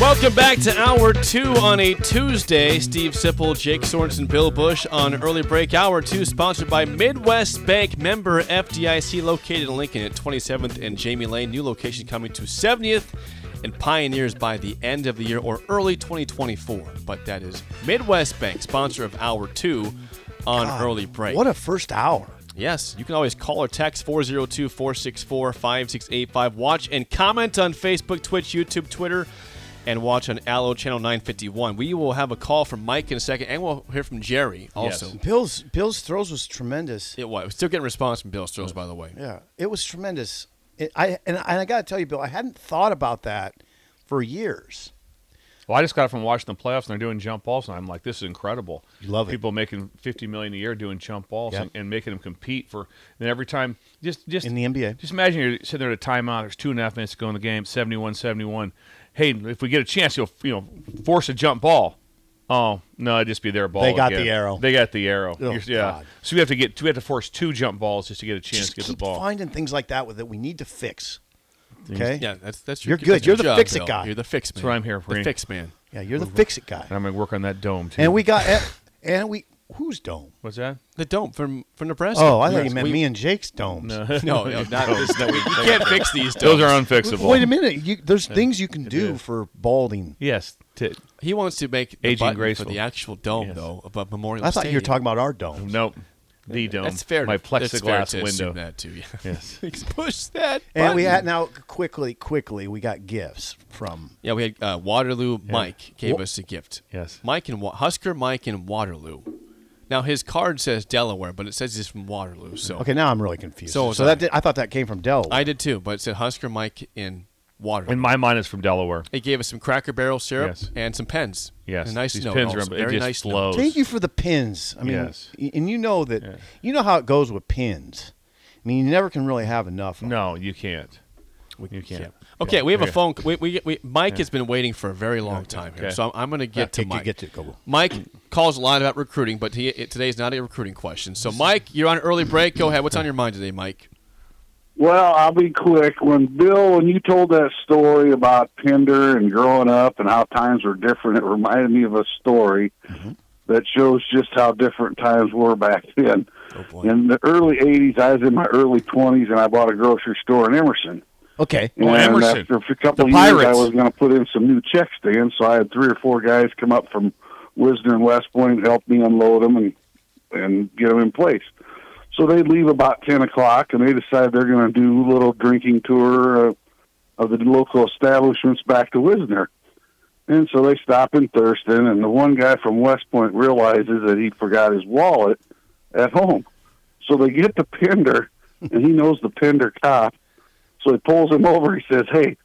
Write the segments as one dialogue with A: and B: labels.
A: Welcome back to Hour 2 on a Tuesday. Steve Sipple, Jake Sorensen, Bill Bush on Early Break Hour 2, sponsored by Midwest Bank member FDIC, located in Lincoln at 27th and Jamie Lane. New location coming to 70th and Pioneers by the end of the year or early 2024. But that is Midwest Bank, sponsor of Hour 2 on Early Break.
B: What a first hour.
A: Yes, you can always call or text 402 464 5685. Watch and comment on Facebook, Twitch, YouTube, Twitter, and watch on Allo Channel 951. We will have a call from Mike in a second, and we'll hear from Jerry also.
B: Bill's Bill's throws was tremendous.
A: It was. We're still getting response from Bill Stills, by the way.
B: Yeah, it was tremendous. It, I and, I- and I got to tell you, Bill, I hadn't thought about that for years.
C: Well, I just got from watching the playoffs, and they're doing jump balls, and I'm like, this is incredible.
B: You love it.
C: People making 50 million a year doing jump balls
B: Yep.
C: and, and making them compete for. And every time, just just
B: In the NBA.
C: Just imagine you're sitting there at a timeout. There's two and a half minutes to go in the game. 71-71. Hey, if we get a chance, you'll you know force a jump ball. Oh no, it'd just be their ball.
B: They got
C: again.
B: the arrow.
C: They got the arrow.
B: Oh,
C: You're- yeah.
B: God.
C: So we have to get we have to force two jump balls just to get a chance
B: Just
C: to get
B: keep
C: the ball.
B: finding things like that with that we need to fix. Okay.
A: Yeah, that's, that's your
B: You're good.
A: that's your
B: You're the
A: job,
B: fix-it
A: Bill.
B: guy.
A: You're the fix man.
C: what I'm here for,
A: The
C: ain't-
A: fix man.
B: Yeah, you're the fix it guy.
C: And I'm gonna work on that dome too.
B: And we got and, and we whose dome?
C: what's that?
A: The dome from, from Nebraska.
B: Oh, I thought you meant
A: We-
B: me and Jake's domes.
A: No, no, not this. No, we, you can't fix these.
C: Those are
A: domes.
C: unfixable.
B: Wait a minute. You, there's things you can do
C: is.
B: for balding.
C: Yes. T-
A: He wants to make the
C: Aging
A: button
C: graceful.
A: for the actual dome,
C: Yes.
A: though, about Memorial.
B: I thought you were
A: Stadium.
B: talking about our dome.
C: nope. The dome.
A: That's fair.
C: My
A: to- that's fair
C: plexiglass
A: to assume
C: window.
A: That too. Yeah.
C: Yes.
A: Push that.
B: And we
A: button.
B: had now quickly, quickly we got gifts from
A: Yeah, we had uh, Waterloo. Mike gave us a gift.
C: Yes.
A: Mike and Wa- Husker, Mike and Waterloo. Now his card says Delaware, but it says he's from Waterloo. So
B: Okay, now I'm really confused.
A: So
B: So,
A: was I.
B: that did, I thought that came from Dell.
A: I did too, but it said Husker, Mike in Waterloo.
C: In my mind, it's from Delaware.
A: it gave us some Cracker Barrel syrup
C: Yes.
A: and some pens.
C: Yes.
A: And a nice
C: These
A: note.
C: pins are
A: also.
C: it
A: Very
C: just
A: nice note.
C: blows.
B: Thank you for the pins. I mean,
C: Yes.
B: y- and you know that you know how it goes with pins. I mean, you never can really have enough. of them.
C: No, you can't. You can't.
A: Okay, we have a
C: Okay.
A: phone. c- We, we, we, Mike has been waiting for a very long time here,
C: Okay.
A: so I'm, I'm going to get to
B: Okay,
A: Mike.
B: get to it, Coble.
A: Mike calls a lot about recruiting, but he, it, today's not a recruiting question. So, Mike, you're on early break. Go ahead. What's on your mind today, Mike?
D: Well, I'll be quick. When Bill, when you told that story about Pinder and growing up and how times were different, it reminded me of a story that shows just how different times were back then. in the early '80s, I was in my early 20s, and I bought a grocery store in Emerson.
B: Okay.
D: And
C: Emerson.
D: after a couple
B: The
D: of years, I
B: Pirates.
D: was going to put in some new check stands, so I had three or four guys come up from Wisner and West Point and help me unload them and and get them in place. So they leave about ten o'clock, and they decide they're going to do a little drinking tour uh, of the local establishments back to Wisner. And so they stop in Thurston, and the one guy from West Point realizes that he forgot his wallet at home. So they get to Pender, and he knows the Pender cop. So he pulls him over. He says, "Hey,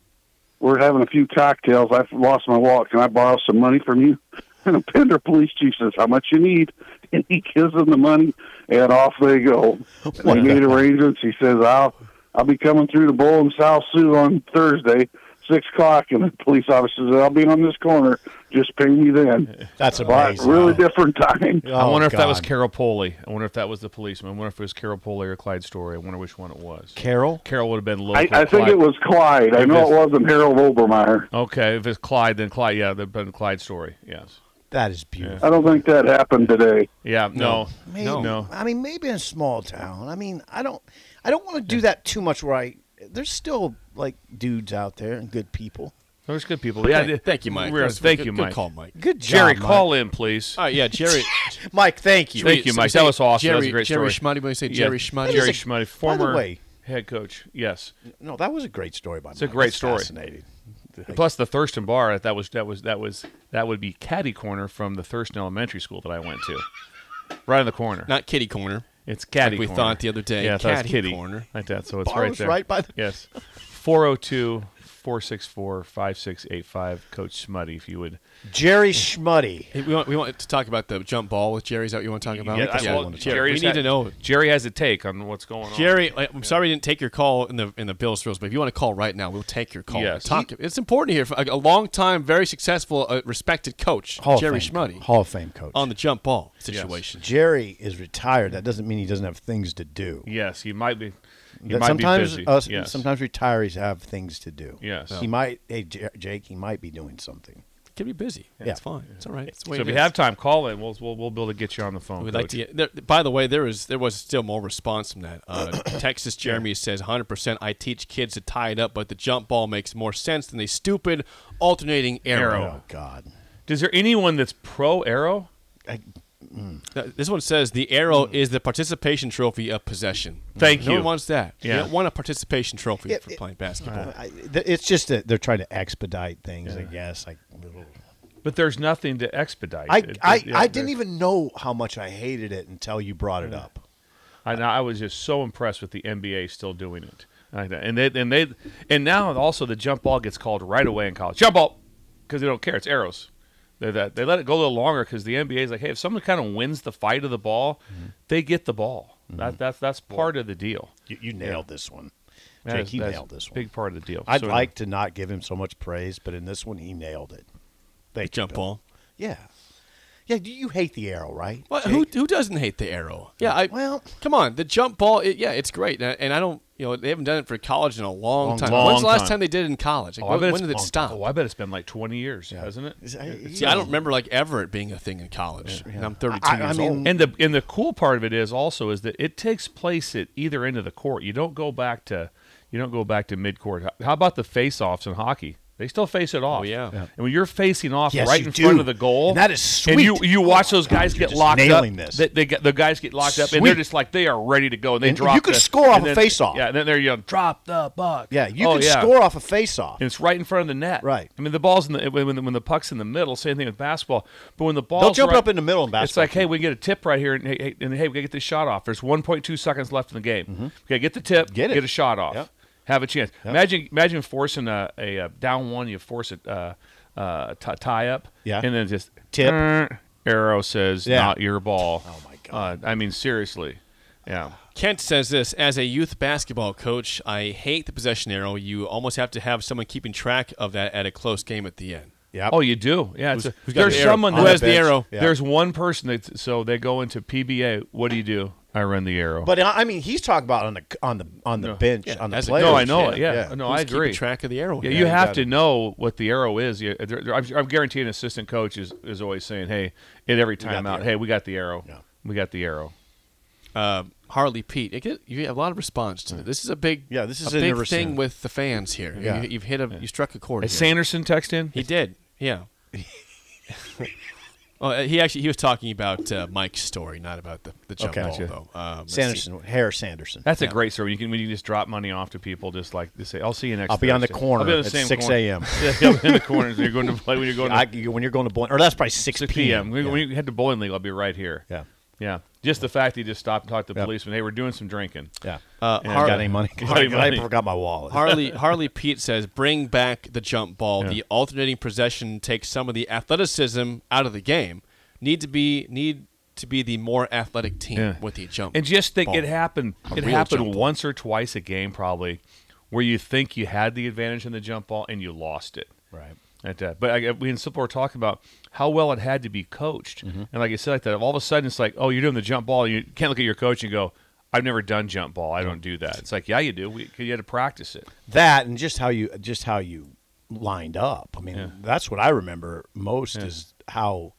D: we're having a few cocktails. I've lost my wallet. Can I borrow some money from you?" And the Pender police chief says, "How much you need?" And he gives him the money, and off they go. And They made arrangements. He says, "I'll I'll be coming through the bowl in South Sioux on Thursday." Six o'clock, and the police officer says, "I'll be on this corner. Just ping me then."
B: That's
D: But
B: amazing.
D: really different time.
C: I wonder
B: Oh,
C: if that was
B: God.
C: Carol Poley. I wonder if that was the policeman. I wonder if it was Carol Poley or Clyde Story. I wonder which one it was.
B: Carol.
C: Carol would have been local.
D: I, I think
C: Clyde-
D: it was Clyde. I
C: It
D: know
C: is.
D: it wasn't Harold Obermeyer.
C: Okay, if it's Clyde, then Clyde. Yeah, that'd been Clyde Story. Yes.
B: That is beautiful.
D: I don't think that happened today.
C: Yeah. No.
B: Maybe,
C: No.
B: I mean, maybe in a small town. I mean, I don't, I don't want to do that too much. Where I, there's still like dudes out there and good people.
C: There's good people. Yeah.
A: Thank- thank you, Mike.
C: We're-
A: That was
C: Thank
A: good-
C: you,
A: good
C: Mike.
A: call, Mike.
B: Good job,
C: Jerry,
B: Mike.
C: call in, please.
A: All right, yeah, Jerry.
B: Mike, thank you.
C: Thank you, Mike. That was awesome.
A: Jerry,
C: That was a great
A: Jerry
C: story.
A: Schmutty. When you say
C: Yeah,
A: Jerry Schmutty,
C: Jerry
B: That is a-
C: Schmutty,
B: by the
C: former
B: way-
C: head coach. Yes.
B: No, that was a great story by. It's
C: a great story.
B: Fascinating.
C: Plus the Thurston bar that was that was that was that would be caddy corner from the Thurston Elementary School that I went to, right in the corner.
A: Not kitty corner.
C: It's caddy.
A: Like we
C: corner.
A: thought the other day,
C: Yeah, I thought it was
A: caddy
C: kitty
A: corner.
C: Like that. So it's
B: Bar
C: right
B: was
C: there.
B: right by the-
C: yes, 402-464-5685. Coach Smutty, if you would.
B: Jerry Schmuddy.
A: Hey, we want we want to talk about the jump ball with Jerry's out. You want to talk about?
C: Yeah, I- well,
A: Jerry. We
C: Jerry's
A: need
C: had-
A: to know.
C: Jerry has a take on what's going on.
A: Jerry, I- I'm sorry we didn't take your call in the in the Bills throws, but if you want to call right now, we'll take your call.
C: Yes.
A: Talk, it's important here. For a, a long time, very successful, uh, respected coach,
B: Hall
A: Jerry
B: of Fame,
A: Schmuddy,
B: Hall of Fame coach.
A: on the jump ball situation.
B: Jerry is retired. That doesn't mean he doesn't have things to do.
C: Yes, he might be. He
B: That
C: might
B: sometimes
C: be busy.
B: us,
C: yes.
B: sometimes retirees have things to do.
C: Yes.
B: he might. Hey, J- Jake, he might be doing something.
A: Can be busy.
B: Yeah.
A: it's fine. It's all right. It's the way
C: So
A: it
C: if you
A: is.
C: have time, call in. We'll we'll, we'll be able to get you on the phone.
A: We'd like
C: Coach.
A: to get. There, by the way, there is there was still more response from that. Uh, Texas Jeremy says 100%. I teach kids to tie it up, but the jump ball makes more sense than the stupid alternating
C: Arrow.
A: arrow.
B: Oh God,
C: Is there anyone that's pro arrow?
A: Uh, This one says the arrow is the participation trophy of possession.
C: Mm. Thank
A: No
C: you.
A: one wants that. You
C: Yeah.
A: don't want a participation trophy
B: Yeah,
A: for
B: it-
A: playing basketball.
B: I, th- it's just that they're trying to expedite things. I guess. Like, little-
C: But there's nothing to expedite.
B: I,
C: It-
B: I,
C: yeah,
B: I
C: there-
B: didn't even know how much I hated it until you brought it up.
C: I, I was just so impressed with the NBA still doing it. Like that. And they and they and now also the jump ball gets called right away in college. Jump ball because they don't care. It's arrows. They that they let it go a little longer because the NBA is like, hey, if someone kind of wins the fight of the ball,
B: Mm-hmm.
C: they get the ball. That that's that's part of the deal.
B: You, you nailed this one,
C: That
B: Jake.
C: is-
B: He
C: that's
B: nailed this
C: a
B: one.
C: Big part of the deal.
B: I'd
C: So,
B: like to not give him so much praise, but in this one, he nailed it.
A: The
B: Thank you,
A: jump
B: Bill.
A: ball.
B: Yeah, yeah. Do you hate the arrow, right?
A: Well,
B: Jake?
A: who who doesn't hate the arrow? Yeah, I
B: Well-
A: come on, the jump ball. It, yeah, it's great, and I, and I don't, you know, they haven't done it for college in a long,
B: Long
A: time.
B: time.
A: When's the last
C: Long
A: time.
C: time.
A: they did it in college? Like,
C: oh, I
A: when,
C: bet
A: when
C: it's
A: did it
C: long-
A: stop?
C: Oh, I bet it's been like 20 years, hasn't it?
B: Is- I-
A: See, I don't remember like ever it being a thing in college, and I'm 32
B: I- I
A: years
B: mean-
A: old.
C: And the and the cool part of it is also is that it takes place at either end of the court. You don't go back to you don't go back to mid court. How about the face offs in hockey? They still face it off.
A: Oh, yeah. Yeah.
C: And when you're facing off
B: Yes,
C: right
B: you
C: in
B: do.
C: front of the goal,
B: And that is
C: and you
B: sweet.
C: you
B: Oh,
C: watch
B: my
C: those guys
B: God,
C: get
B: you're just
C: locked
B: nailing
C: up.
B: this.
C: They, they get, the guys get locked up, and they're
B: Sweet.
C: just like they are ready to go. And they
B: And you
C: drop.
B: could
C: the-
B: score off
C: and
B: a
C: then-
B: face-off.
C: Yeah, and then they're yelling, "Drop the puck."
B: Yeah, you
C: Oh,
B: can
C: yeah.
B: score off a face-off.
C: And it's right in front of the net.
B: Right.
C: I mean, the ball's in the when when the, when the puck's in the middle. Same thing with basketball. But when the ball
B: They'll jump it up in the middle in
C: it's
B: basketball.
C: like, hey, we get a tip right here, and hey, hey, and, hey we gotta get this shot off. There's 1.2 seconds left in the game. Okay, get the tip,
B: Mm-hmm. Get it.
C: a shot off,
B: Yep.
C: have a chance. Imagine, imagine forcing a, a, uh down one, you force a uh, uh, t- tie up,
B: Yeah.
C: and then just
B: Tip.
C: "Er," Arrow says,
B: Yeah.
C: not your ball.
B: Oh, my God.
C: Uh, I mean, seriously, yeah.
A: Kent says this as a youth basketball coach, I hate the possession arrow. You almost have to have someone keeping track of that at a close game at the end.
B: yeah.
C: Oh, you do. Yeah, it's
A: Who's-
C: a-
A: who's got
C: there's
A: the arrow?
C: someone
A: Who
C: that-
A: has the arrow?
B: Yeah.
C: There's one person that so they go into PBA. What do you do? I run the arrow.
B: but I I mean, he's talking about on the on the on the bench
A: Yeah,
B: on the
A: as a-
B: players.
C: no, I know it.
B: Yeah,
C: Yeah, no,
A: Who's
C: I agree.
A: Keeping track of the arrow.
C: Yeah,
A: here?
C: you have
B: got
C: to
B: it.
C: know what the arrow is. You, there, there- I'm, I'm guaranteeing an assistant coch is, is always saying, "Hey, at every
B: got the
C: timeout,
B: arrow.
C: hey, we got the arrow.
B: Yeah.
C: We got the arrow."
A: uh, Harley Pete. It get, you have a lot of response to it. This is a big
B: Yeah, this is
A: a
B: in
A: big
B: the
A: thing
B: receiver.
A: with the fans here.
B: Yeah.
A: You, you've hit a you struck a chord.
C: Is
A: here.
C: Sanderson text in?
A: He did. Yeah. well, uh, he actually he was talking about uh, Mike's story, not about the the jump
B: Okay.
A: ball
B: Gotcha.
A: though. Um, let's see.
B: Sanderson, Harris Sanderson.
C: That's a great story. You can when you just drop money off to people, just like they say, "I'll see you next."
B: I'll be on the
C: Thursday."
B: corner
C: I'll be on the
B: at
C: same
B: 6
C: corner.
B: a.m..
C: Yeah, I'll be in the corners. You're going to play when you're going to
B: I, you- when you're going to bowling, or that's probably six,
C: 6 p.m. When,
B: Yeah.
C: when you head to bowling league, I'll be right here.
B: yeah,
C: yeah. Just the fact that you just stopped and talked to the
B: Yep.
C: policeman. Hey, we're doing some drinking.
B: yeah.
A: Uh,
B: And
A: Har-
B: got any money?
C: Got any money?
B: I forgot my wallet.
A: Harley Harley Pete says, "Bring back the jump ball. The alternating possession takes some of the athleticism out of the game. Need to be need to be the more athletic team
C: Yeah.
A: with the jump."
C: And just think
A: ball.
C: it happened
A: A
C: it
A: real
C: happened
A: jump ball.
C: once or twice a game probably where you think you had the advantage in the jump ball and you lost it.
B: right.
C: At that. But I, we and Simple were talking about how well it had to be coached. And like I said, like that, all of a sudden it's like, oh, you're doing the jump ball. You can't look at your coach and go, I've never done jump ball. I don't do that. It's like, yeah, you do. We, 'cause you had to practice it.
B: That and just how you just how you lined up. I mean, that's what I remember most is how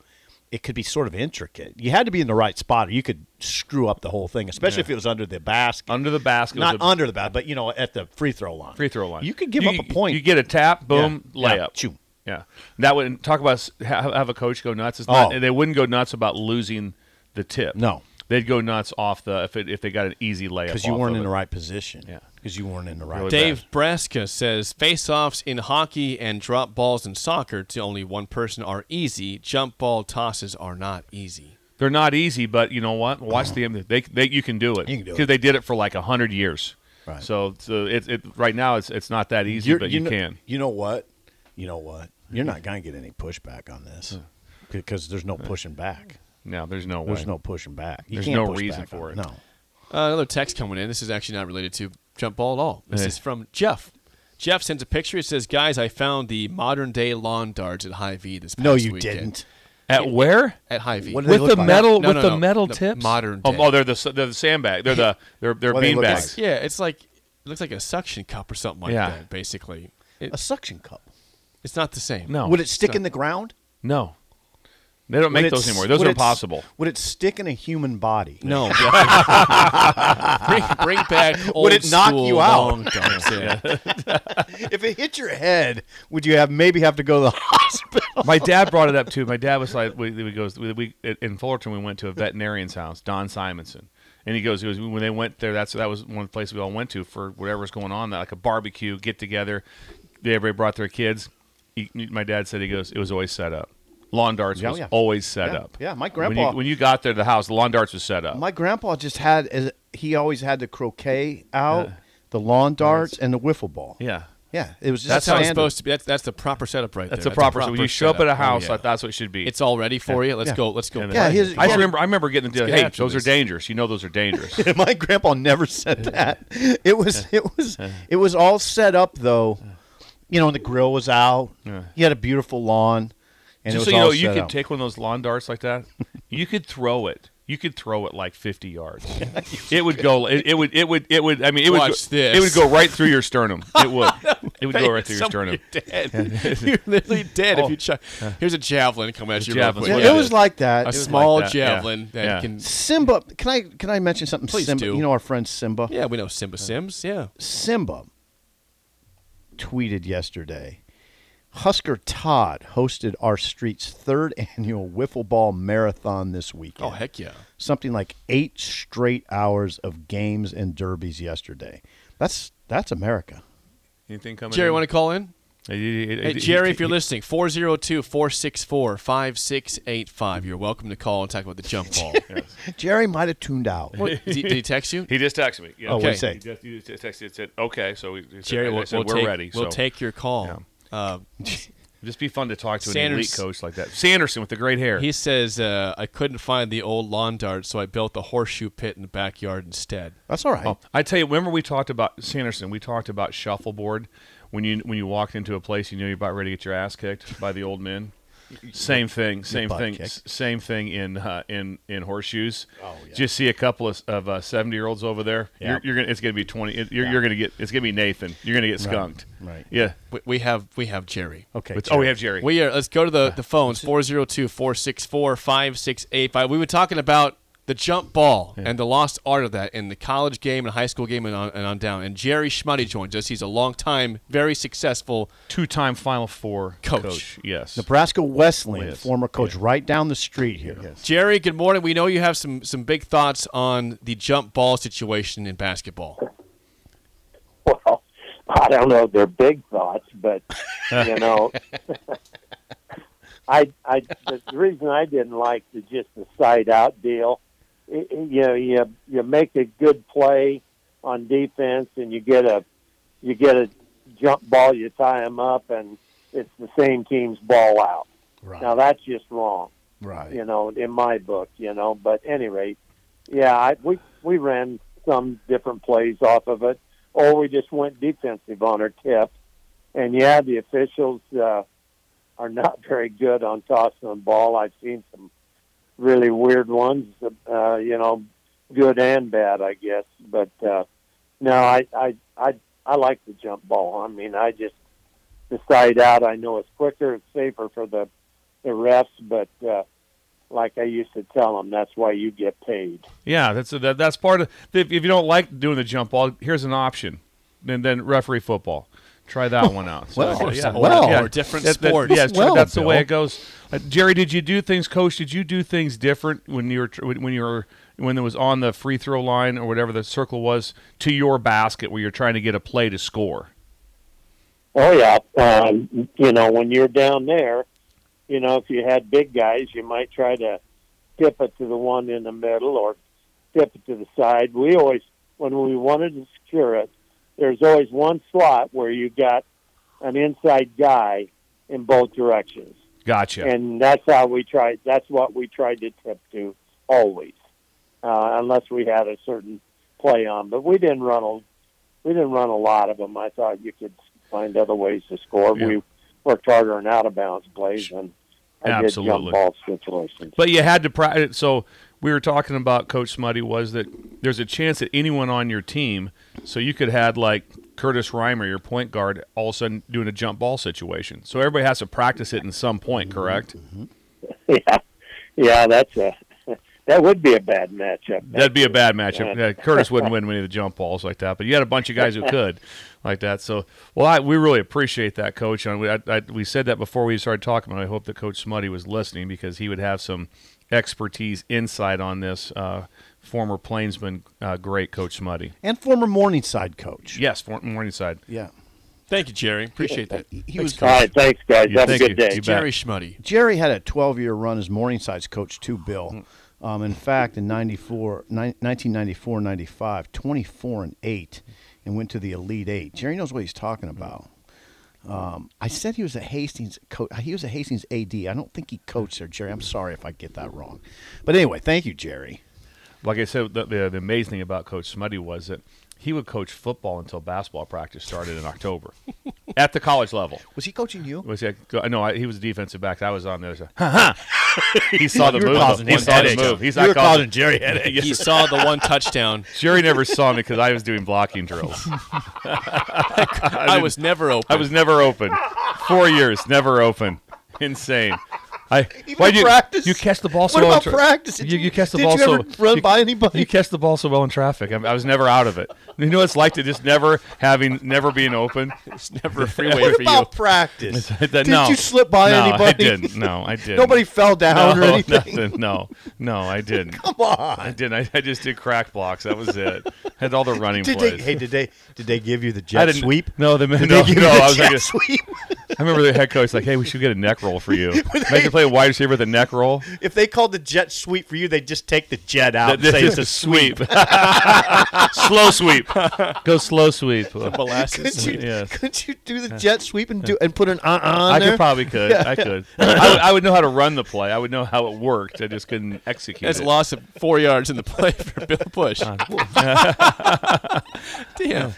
B: it could be sort of intricate. You had to be in the right spot, or you could screw up the whole thing, especially if it was under the basket.
C: Under the basket. was
B: not
C: a
B: under the bat, but you know, at the free throw line.
C: free throw line.
B: You could give up a point.
C: You get a tap,
B: Yeah.
C: boom,
B: Yeah.
C: layup.
B: Choo.
C: Yeah, that would talk about s- have, have a coach go nuts. It's not,
B: Oh.
C: they wouldn't go nuts about losing the tip.
B: No.
C: they'd go nuts off the if it, if they got an easy layup
B: because you
C: off
B: weren't
C: of
B: in the
C: it.
B: right position.
C: Yeah,
B: because you weren't in the right.
C: Really
B: spot.
C: bad.
A: Dave Braska says face-offs in hockey and drop balls in soccer to only one person are easy. Jump ball tosses are not easy.
C: They're not easy, but you know what? Watch the NBA. They, they you can do it
B: You can do it.
C: because they did it for like hundred years.
B: Right.
C: So so it, it right now it's it's not that easy,
B: You're-
C: but you,
B: know,
C: can.
B: You know what? You know what? You're not going to get any pushback on this because there's no pushing back.
C: No, there's no way.
B: There's no pushing back. You
C: There's
B: can't
C: no
B: push
C: reason
B: back
C: for
B: on-
C: it.
B: No.
A: Uh, another text coming in. This is actually not related to jump ball at all. This
C: Eh.
A: is from Jeff. Jeff sends a picture. It says, "Guys, I found the modern-day lawn darts at High V this past
B: No, you
A: weekend."
B: didn't.
C: At where?
A: at High V.
B: What do they look like?
A: No, no, no. The modern
C: Oh,
A: day.
C: oh, they're the s- they're the sandbag. They're the they're they're
B: What they
C: bean
B: look
C: bags.
A: Yeah, it's like it looks like a suction cup or something like
C: Yeah.
A: that. Basically,
B: A suction cup.
A: it's not the same.
C: No,
B: Would it stick in the ground?
C: no, they don't
B: Would
C: make
B: it
C: those
B: s-
C: anymore. Those
B: would
C: are
B: it s-
C: impossible.
B: Would it stick in a human body?
A: no. bring, bring back old
B: it knock
A: school
B: you out?
A: long darts, yeah.
B: if it hit your head, would you have maybe have to go to the hospital?
C: My dad brought it up too. My dad was like, we, we goes we, we in Fullerton. We went to a veterinarian's house, Don Simonson, and he goes, he goes when they went there. That's that was one of the places we all went to for whatever was going on, like a barbecue get together. Everybody brought their kids. He, my dad said he goes, it was always set up. Lawn darts
B: Yeah,
C: was
B: yeah.
C: always set
B: Yeah,
C: up.
B: yeah, my
C: When
B: grandpa-
C: you, when you got there, to the house, the lawn darts was set up.
B: My grandpa just had as he always had the croquet out, the lawn darts, and the wiffle ball.
C: yeah.
B: Yeah, it was just
A: That's how it's
B: standard.
A: supposed to be. That's that's the proper setup right
C: That's
A: there.
C: a proper. so when you show up at a
A: setup. Oh,
C: house,
A: yeah.
C: like, that's what it should be.
A: it's all ready for you. Let's
B: Yeah.
A: go. Let's go.
C: And
A: play.
B: Yeah, his-
C: I just
B: yeah.
C: remember. I remember getting the deal.
A: get
C: Hey,
A: after
C: those
A: this."
C: are dangerous. You know, those are dangerous.
B: my grandpa never said that. It was it was it was all set up though. You know, and the grill was out. He had a beautiful lawn, and
C: Just
B: it was
C: so you
B: all
C: know, you
B: set
C: could
B: up.
C: take one of those lawn darts like that. you could throw it. You could throw it like fifty yards. it would go. It, it would. It would. It would. I mean, it would.
A: Watch
C: go-
A: this.
C: It would go right through your sternum. It would. It would go right through your
A: Somewhere
C: sternum.
A: You're dead. You're literally dead
C: Oh.
A: if you try. Here's a javelin coming at you. real
C: javelin's
A: quick.
B: Yeah,
C: what
B: it was like that.
A: a
B: It was-
A: small
C: that, yeah.
A: javelin that
C: Yeah.
A: can.
B: Simba. Can I can I mention something?
A: Please
B: Simba.
A: do.
B: You know our friend Simba.
A: Yeah, we know Simba Sims. Yeah.
B: Simba tweeted yesterday. Husker Todd hosted our street's third annual wiffle ball marathon this weekend.
A: Oh heck yeah.
B: something like eight straight hours of games and derbies yesterday. That's that's America.
C: Anything coming?
A: Jerry,
C: in?
A: want to call in?
C: Hey, you- you-
A: Hey,
C: you-
A: Jerry,
C: you-
A: if you're listening, 402 464 5685. You're welcome to call and talk about the jump ball.
B: Jerry might have tuned out.
A: What, did, he, did he text you?
C: he just texted me. Yeah.
B: Oh,
A: what'd he
B: say?
C: He just, he just texted. Said okay. So we, he said-
A: Jerry,
C: I
A: we'll,
C: said,
A: we'll
C: we're
A: take,
C: ready.
A: We'll
C: so.
A: take your call. Uh,
C: It'd Just be fun to talk to an
A: Sanders-
C: elite coach like that. Sanderson with the great hair.
A: he says, uh, I couldn't find the old lawn dart, so I built the horseshoe pit in the backyard instead.
B: That's all right.
C: Oh, I tell you, remember we talked about Sanderson. We talked about shuffleboard when you when you walked into a place you knew you're about ready to get your ass kicked by the old men. Same thing, same
B: butt
C: thing,
B: kicked.
C: s- same thing in uh, in in horseshoes. Oh, yeah. Just see a couple of of uh, seventy year olds over there.
B: Yeah.
C: You're, you're gonna it's gonna be twenty. it- You're, you're gonna get it's gonna be Nathan. You're gonna get skunked.
B: Right.
C: Yeah.
A: We, we have we have Jerry.
B: Okay.
C: But- oh, we have Jerry.
A: We are. Let's go to the, the phones 402 464 5685. We were talking about the jump ball and the lost art of that in the college game and high school game and on, and on down. And Jerry Schmuddy joins us. He's a long time, very successful.
C: Two time Final Four
A: Coach.
C: Yes.
B: Nebraska Wesleyan,
C: Yes.
B: former coach, right down the street here.
A: Jerry, good morning. We know you have some, some big thoughts on the jump ball situation in basketball.
E: Well, I don't know. They're big thoughts, but you know, I, I, the reason I didn't like the just the side out deal. i- i- You know, you you make a good play on defense, and you get a you get a jump ball. You tie them up, and it's the same team's ball out.
B: Right.
E: Now that's just wrong
B: right.
E: you know, in my book, you know. But any rate, yeah, I, we we ran some different plays off of it, or we just went defensive on our tip. And yeah, the officials uh, are not very good on tossing the ball. I've seen some really weird ones, uh, you know, good and bad, I guess. But uh, no, I I I I like the jump ball. I mean, I just the side out. I know it's quicker, it's safer for the the refs, but uh, like I used to tell them, that's why you get paid.
C: Yeah, that's that, that's part of. If, if you don't like doing the jump ball, here's an option. Then then referee football. Try that one out. So,
B: Well,
C: yeah,
B: or- well.
C: yeah.
A: or different
C: That- that-
A: sports.
C: yeah, it's-
B: Well,
C: that's the way
B: Bill.
C: it goes. Uh, Jerry, did you do things, Coach? Did you do things different when you were tr- when you were when it was on the free throw line or whatever the circle was to your basket where you're trying to get a play to score.
E: Oh yeah, um, you know when you're down there, you know if you had big guys, you might try to tip it to the one in the middle or tip it to the side. We always, when we wanted to secure it, there's always one slot where you got an inside guy in both directions,
C: Gotcha.
E: and that's how we tried. That's what we tried to tip to always, uh, unless we had a certain play on. But we didn't run a we didn't run a lot of them. I thought you could find other ways to score.
C: Yeah.
E: We worked harder on out of bounds plays and. I did
C: Absolutely.
E: jump ball situations.
C: But you had to practice. So we were talking about Coach Smuddy was that there's a chance that anyone on your team, so you could had like Curtis Reimer, your point guard, all of a sudden doing a jump ball situation. So everybody has to practice it in some point, correct?
E: yeah, yeah, that's a that would be a bad matchup.
C: That'd be a bad matchup. Yeah, Curtis wouldn't win many of the jump balls like that, but you had a bunch of guys who could like that. So, well, I, we really appreciate that, Coach. And we, I, I, we said that before we started talking, but I hope that Coach Smuddy was listening because he would have some expertise, insight on this. Uh, former Plainsman, uh, great Coach Smuddy.
B: and former Morningside coach.
C: Yes, for Morningside.
B: Yeah.
A: Thank you, Jerry. Appreciate that.
B: He was
E: All right, thanks guys.
C: Yeah,
E: Have a
C: thank
E: good
C: you.
E: day.
C: You bet.
A: Jerry Schmuddy.
B: Jerry had a 12 year run as Morningside's coach too, Bill. Um, in fact, in 94, 1994 95, 24 and 8, and went to the Elite Eight. Jerry knows what he's talking about. Um, I said he was a Hastings coach. He was a Hastings AD. I don't think he coached there, Jerry. I'm sorry if I get that wrong. But anyway, thank you, Jerry.
C: Like I said, the, the, the amazing thing about Coach Smuddy was that he would coach football until basketball practice started in October at the college level.
B: Was he coaching you?
C: Was he, no, I, he was a defensive back. I was on the other side. Ha, ha. he saw the
B: You were
C: move.
B: causing
C: He
B: him
C: saw the
B: headaches.
C: move. He's
B: You
C: not
B: were
C: calling-
B: causing Jerry headaches.
C: Yes.
A: He saw the one touchdown.
C: Jerry never saw me because I was doing blocking drills.
A: I, was never open.
C: I was never open. Four years, never open. Insane. I,
B: Even
C: why
B: in
C: do you,
B: practice?
C: You catch the ball so
B: What
C: well.
B: about
C: in tra-
B: practice? Did
C: You,
B: you-
C: you catch the
B: did
C: ball
B: you
C: so
B: ever run by anybody?
C: You catch the ball so well in traffic. I, I was never out of it. You know what it's like to just never having, never being open.
A: It's never a freeway
B: What
A: for you.
B: about practice?
C: That-
B: Did
C: no.
B: you slip by
C: no,
B: anybody?
C: I didn't. No, I didn't.
B: Nobody fell down
C: no,
B: or anything.
C: nothing. No, no, I didn't.
B: Come on.
C: I didn't. I, I just did crack blocks. That was it. Had all the running
B: Did they,
C: plays.
B: hey, did they did they give you the
C: I
B: jet
C: didn't
B: sweep?
C: No, the
B: Did
C: no,
B: they give
C: no,
B: you the
C: I was
B: jet
C: like,
B: sweep?
C: I remember the head coach like, "Hey, we should get a neck roll for you." Make you play a wide receiver with a neck roll.
B: If they called the jet sweep for you, they just take the jet out and
C: This
B: say it's
C: is
B: a sweep.
C: slow sweep. Go slow sweep.
A: Molasses.
B: Could you,
C: Yes.
B: could you do the jet sweep and do and put an uh uh
C: I
B: there?
C: could probably could. I could. I, would, I would know how to run the play. I would know how it worked. I just couldn't execute
A: That's
C: it.
A: a loss of four yards in the play for Bill Bush. Damn.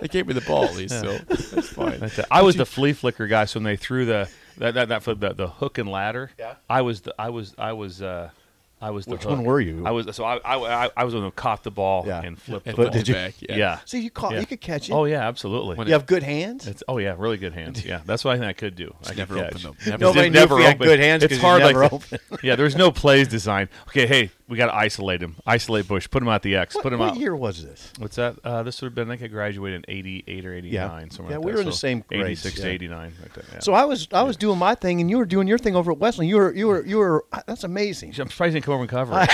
A: They gave me the ball at least, so that's fine.
C: That's it. I was the flea flicker guy. So when they threw the that that, that flip the, the hook and ladder, yeah. I was the I was I was uh, I was the
B: Which
C: hook.
B: one were you?
C: I was so I I, I, I was the one who caught the ball
B: Yeah.
C: and flipped the
A: And
C: ball.
A: put it
B: you-
A: back,
C: yeah.
A: Yeah.
B: See, you caught,
C: Yeah.
B: you could catch it.
C: Oh yeah, absolutely.
B: you have good hands.
C: It's, oh yeah, really good hands. Yeah, that's what I think I could do. I
A: never
C: could
A: open
C: catch.
A: them. Never
C: It's
B: Nobody
C: just
B: knew if he had
C: open.
B: good hands
C: It's
B: 'cause
C: hard.
B: he's never
C: like
B: open.
C: yeah, there's no plays designed. Okay, hey, we got to isolate him. Isolate Bush. Put him out the X.
B: what,
C: Put him
B: what
C: out.
B: year was this?
C: What's that? Uh, this would have been. I think I graduated in '88 or '89. Somewhere
B: Yeah,
C: like
B: we
C: that.
B: were in the
C: So
B: same grades,
C: '86 to
B: yeah.
C: '89. Like that, yeah.
B: So I was I was doing my thing, and you were doing your thing over at Westland. You were you were you were. ah, That's amazing.
C: I'm surprised he didn't come over and cover. it.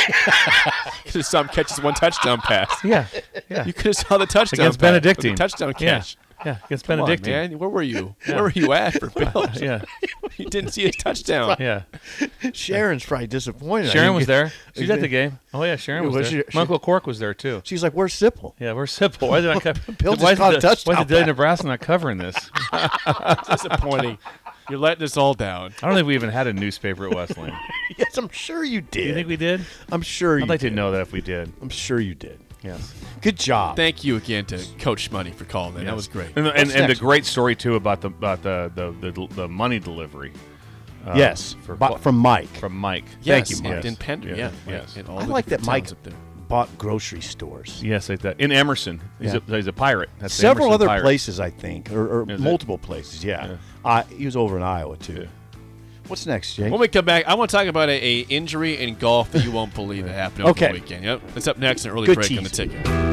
A: Just some catches one touchdown pass.
C: yeah, yeah.
A: You could have saw the touchdown
C: against
A: pass,
C: Benedictine.
A: the touchdown catch.
C: Yeah, yeah. against
A: Come on,
C: Benedictine.
A: man. Where were you? Where were you at for Bill?
C: Yeah,
A: You didn't see his touchdown.
C: yeah.
B: Sharon's probably disappointed. I
C: Sharon
B: didn't
C: was
B: get-
C: there. She's at the game. Oh yeah, Sharon was,
B: Was
C: there.
B: she-
C: My uncle Cork was there too.
B: She's like, "Where's Sipple?"
C: Yeah, we're simple. Why did I cover?
B: Bill just
C: why is
B: caught a
C: the, Why
B: touchdown
C: is the Daily
B: pass.
C: Nebraska not covering this?
A: Disappointing. You're letting us all down.
C: I don't think we even had a newspaper at Westland.
B: Yes, I'm sure you did.
C: you think we did?
B: I'm sure you.
C: I'd like
B: did.
C: to know that if we did.
B: I'm sure you did.
C: Yes.
B: Good job.
A: Thank you again to Coach Money for calling in. That was great.
C: And, and, and the
B: next?
C: great story too about the about the the, the, the money delivery
B: yes,
C: for
B: bu-
C: what?
B: from Mike.
C: from Mike.
A: Yes,
B: you, Mike.
A: and- And Pender,
C: Yeah,
A: yeah.
C: yes.
A: and all
B: I
A: the
B: like that
A: different
B: Mike
A: towns up there.
B: bought grocery stores.
C: Yes, like that. In Emerson, he's,
B: Yeah.
C: a, he's a pirate. That's the
B: Several
C: Emerson
B: other
C: pirate.
B: places, I think, or, or
C: Is it?
B: multiple places. Yeah, Uh, he was over in Iowa too. What's next, Jake?
A: When we come back, I want to talk about a, a injury in golf that you won't believe that happened over
B: Okay.
A: the weekend. Yep, that's up next. An early
B: Good
A: break on the
B: tease.
A: ticket.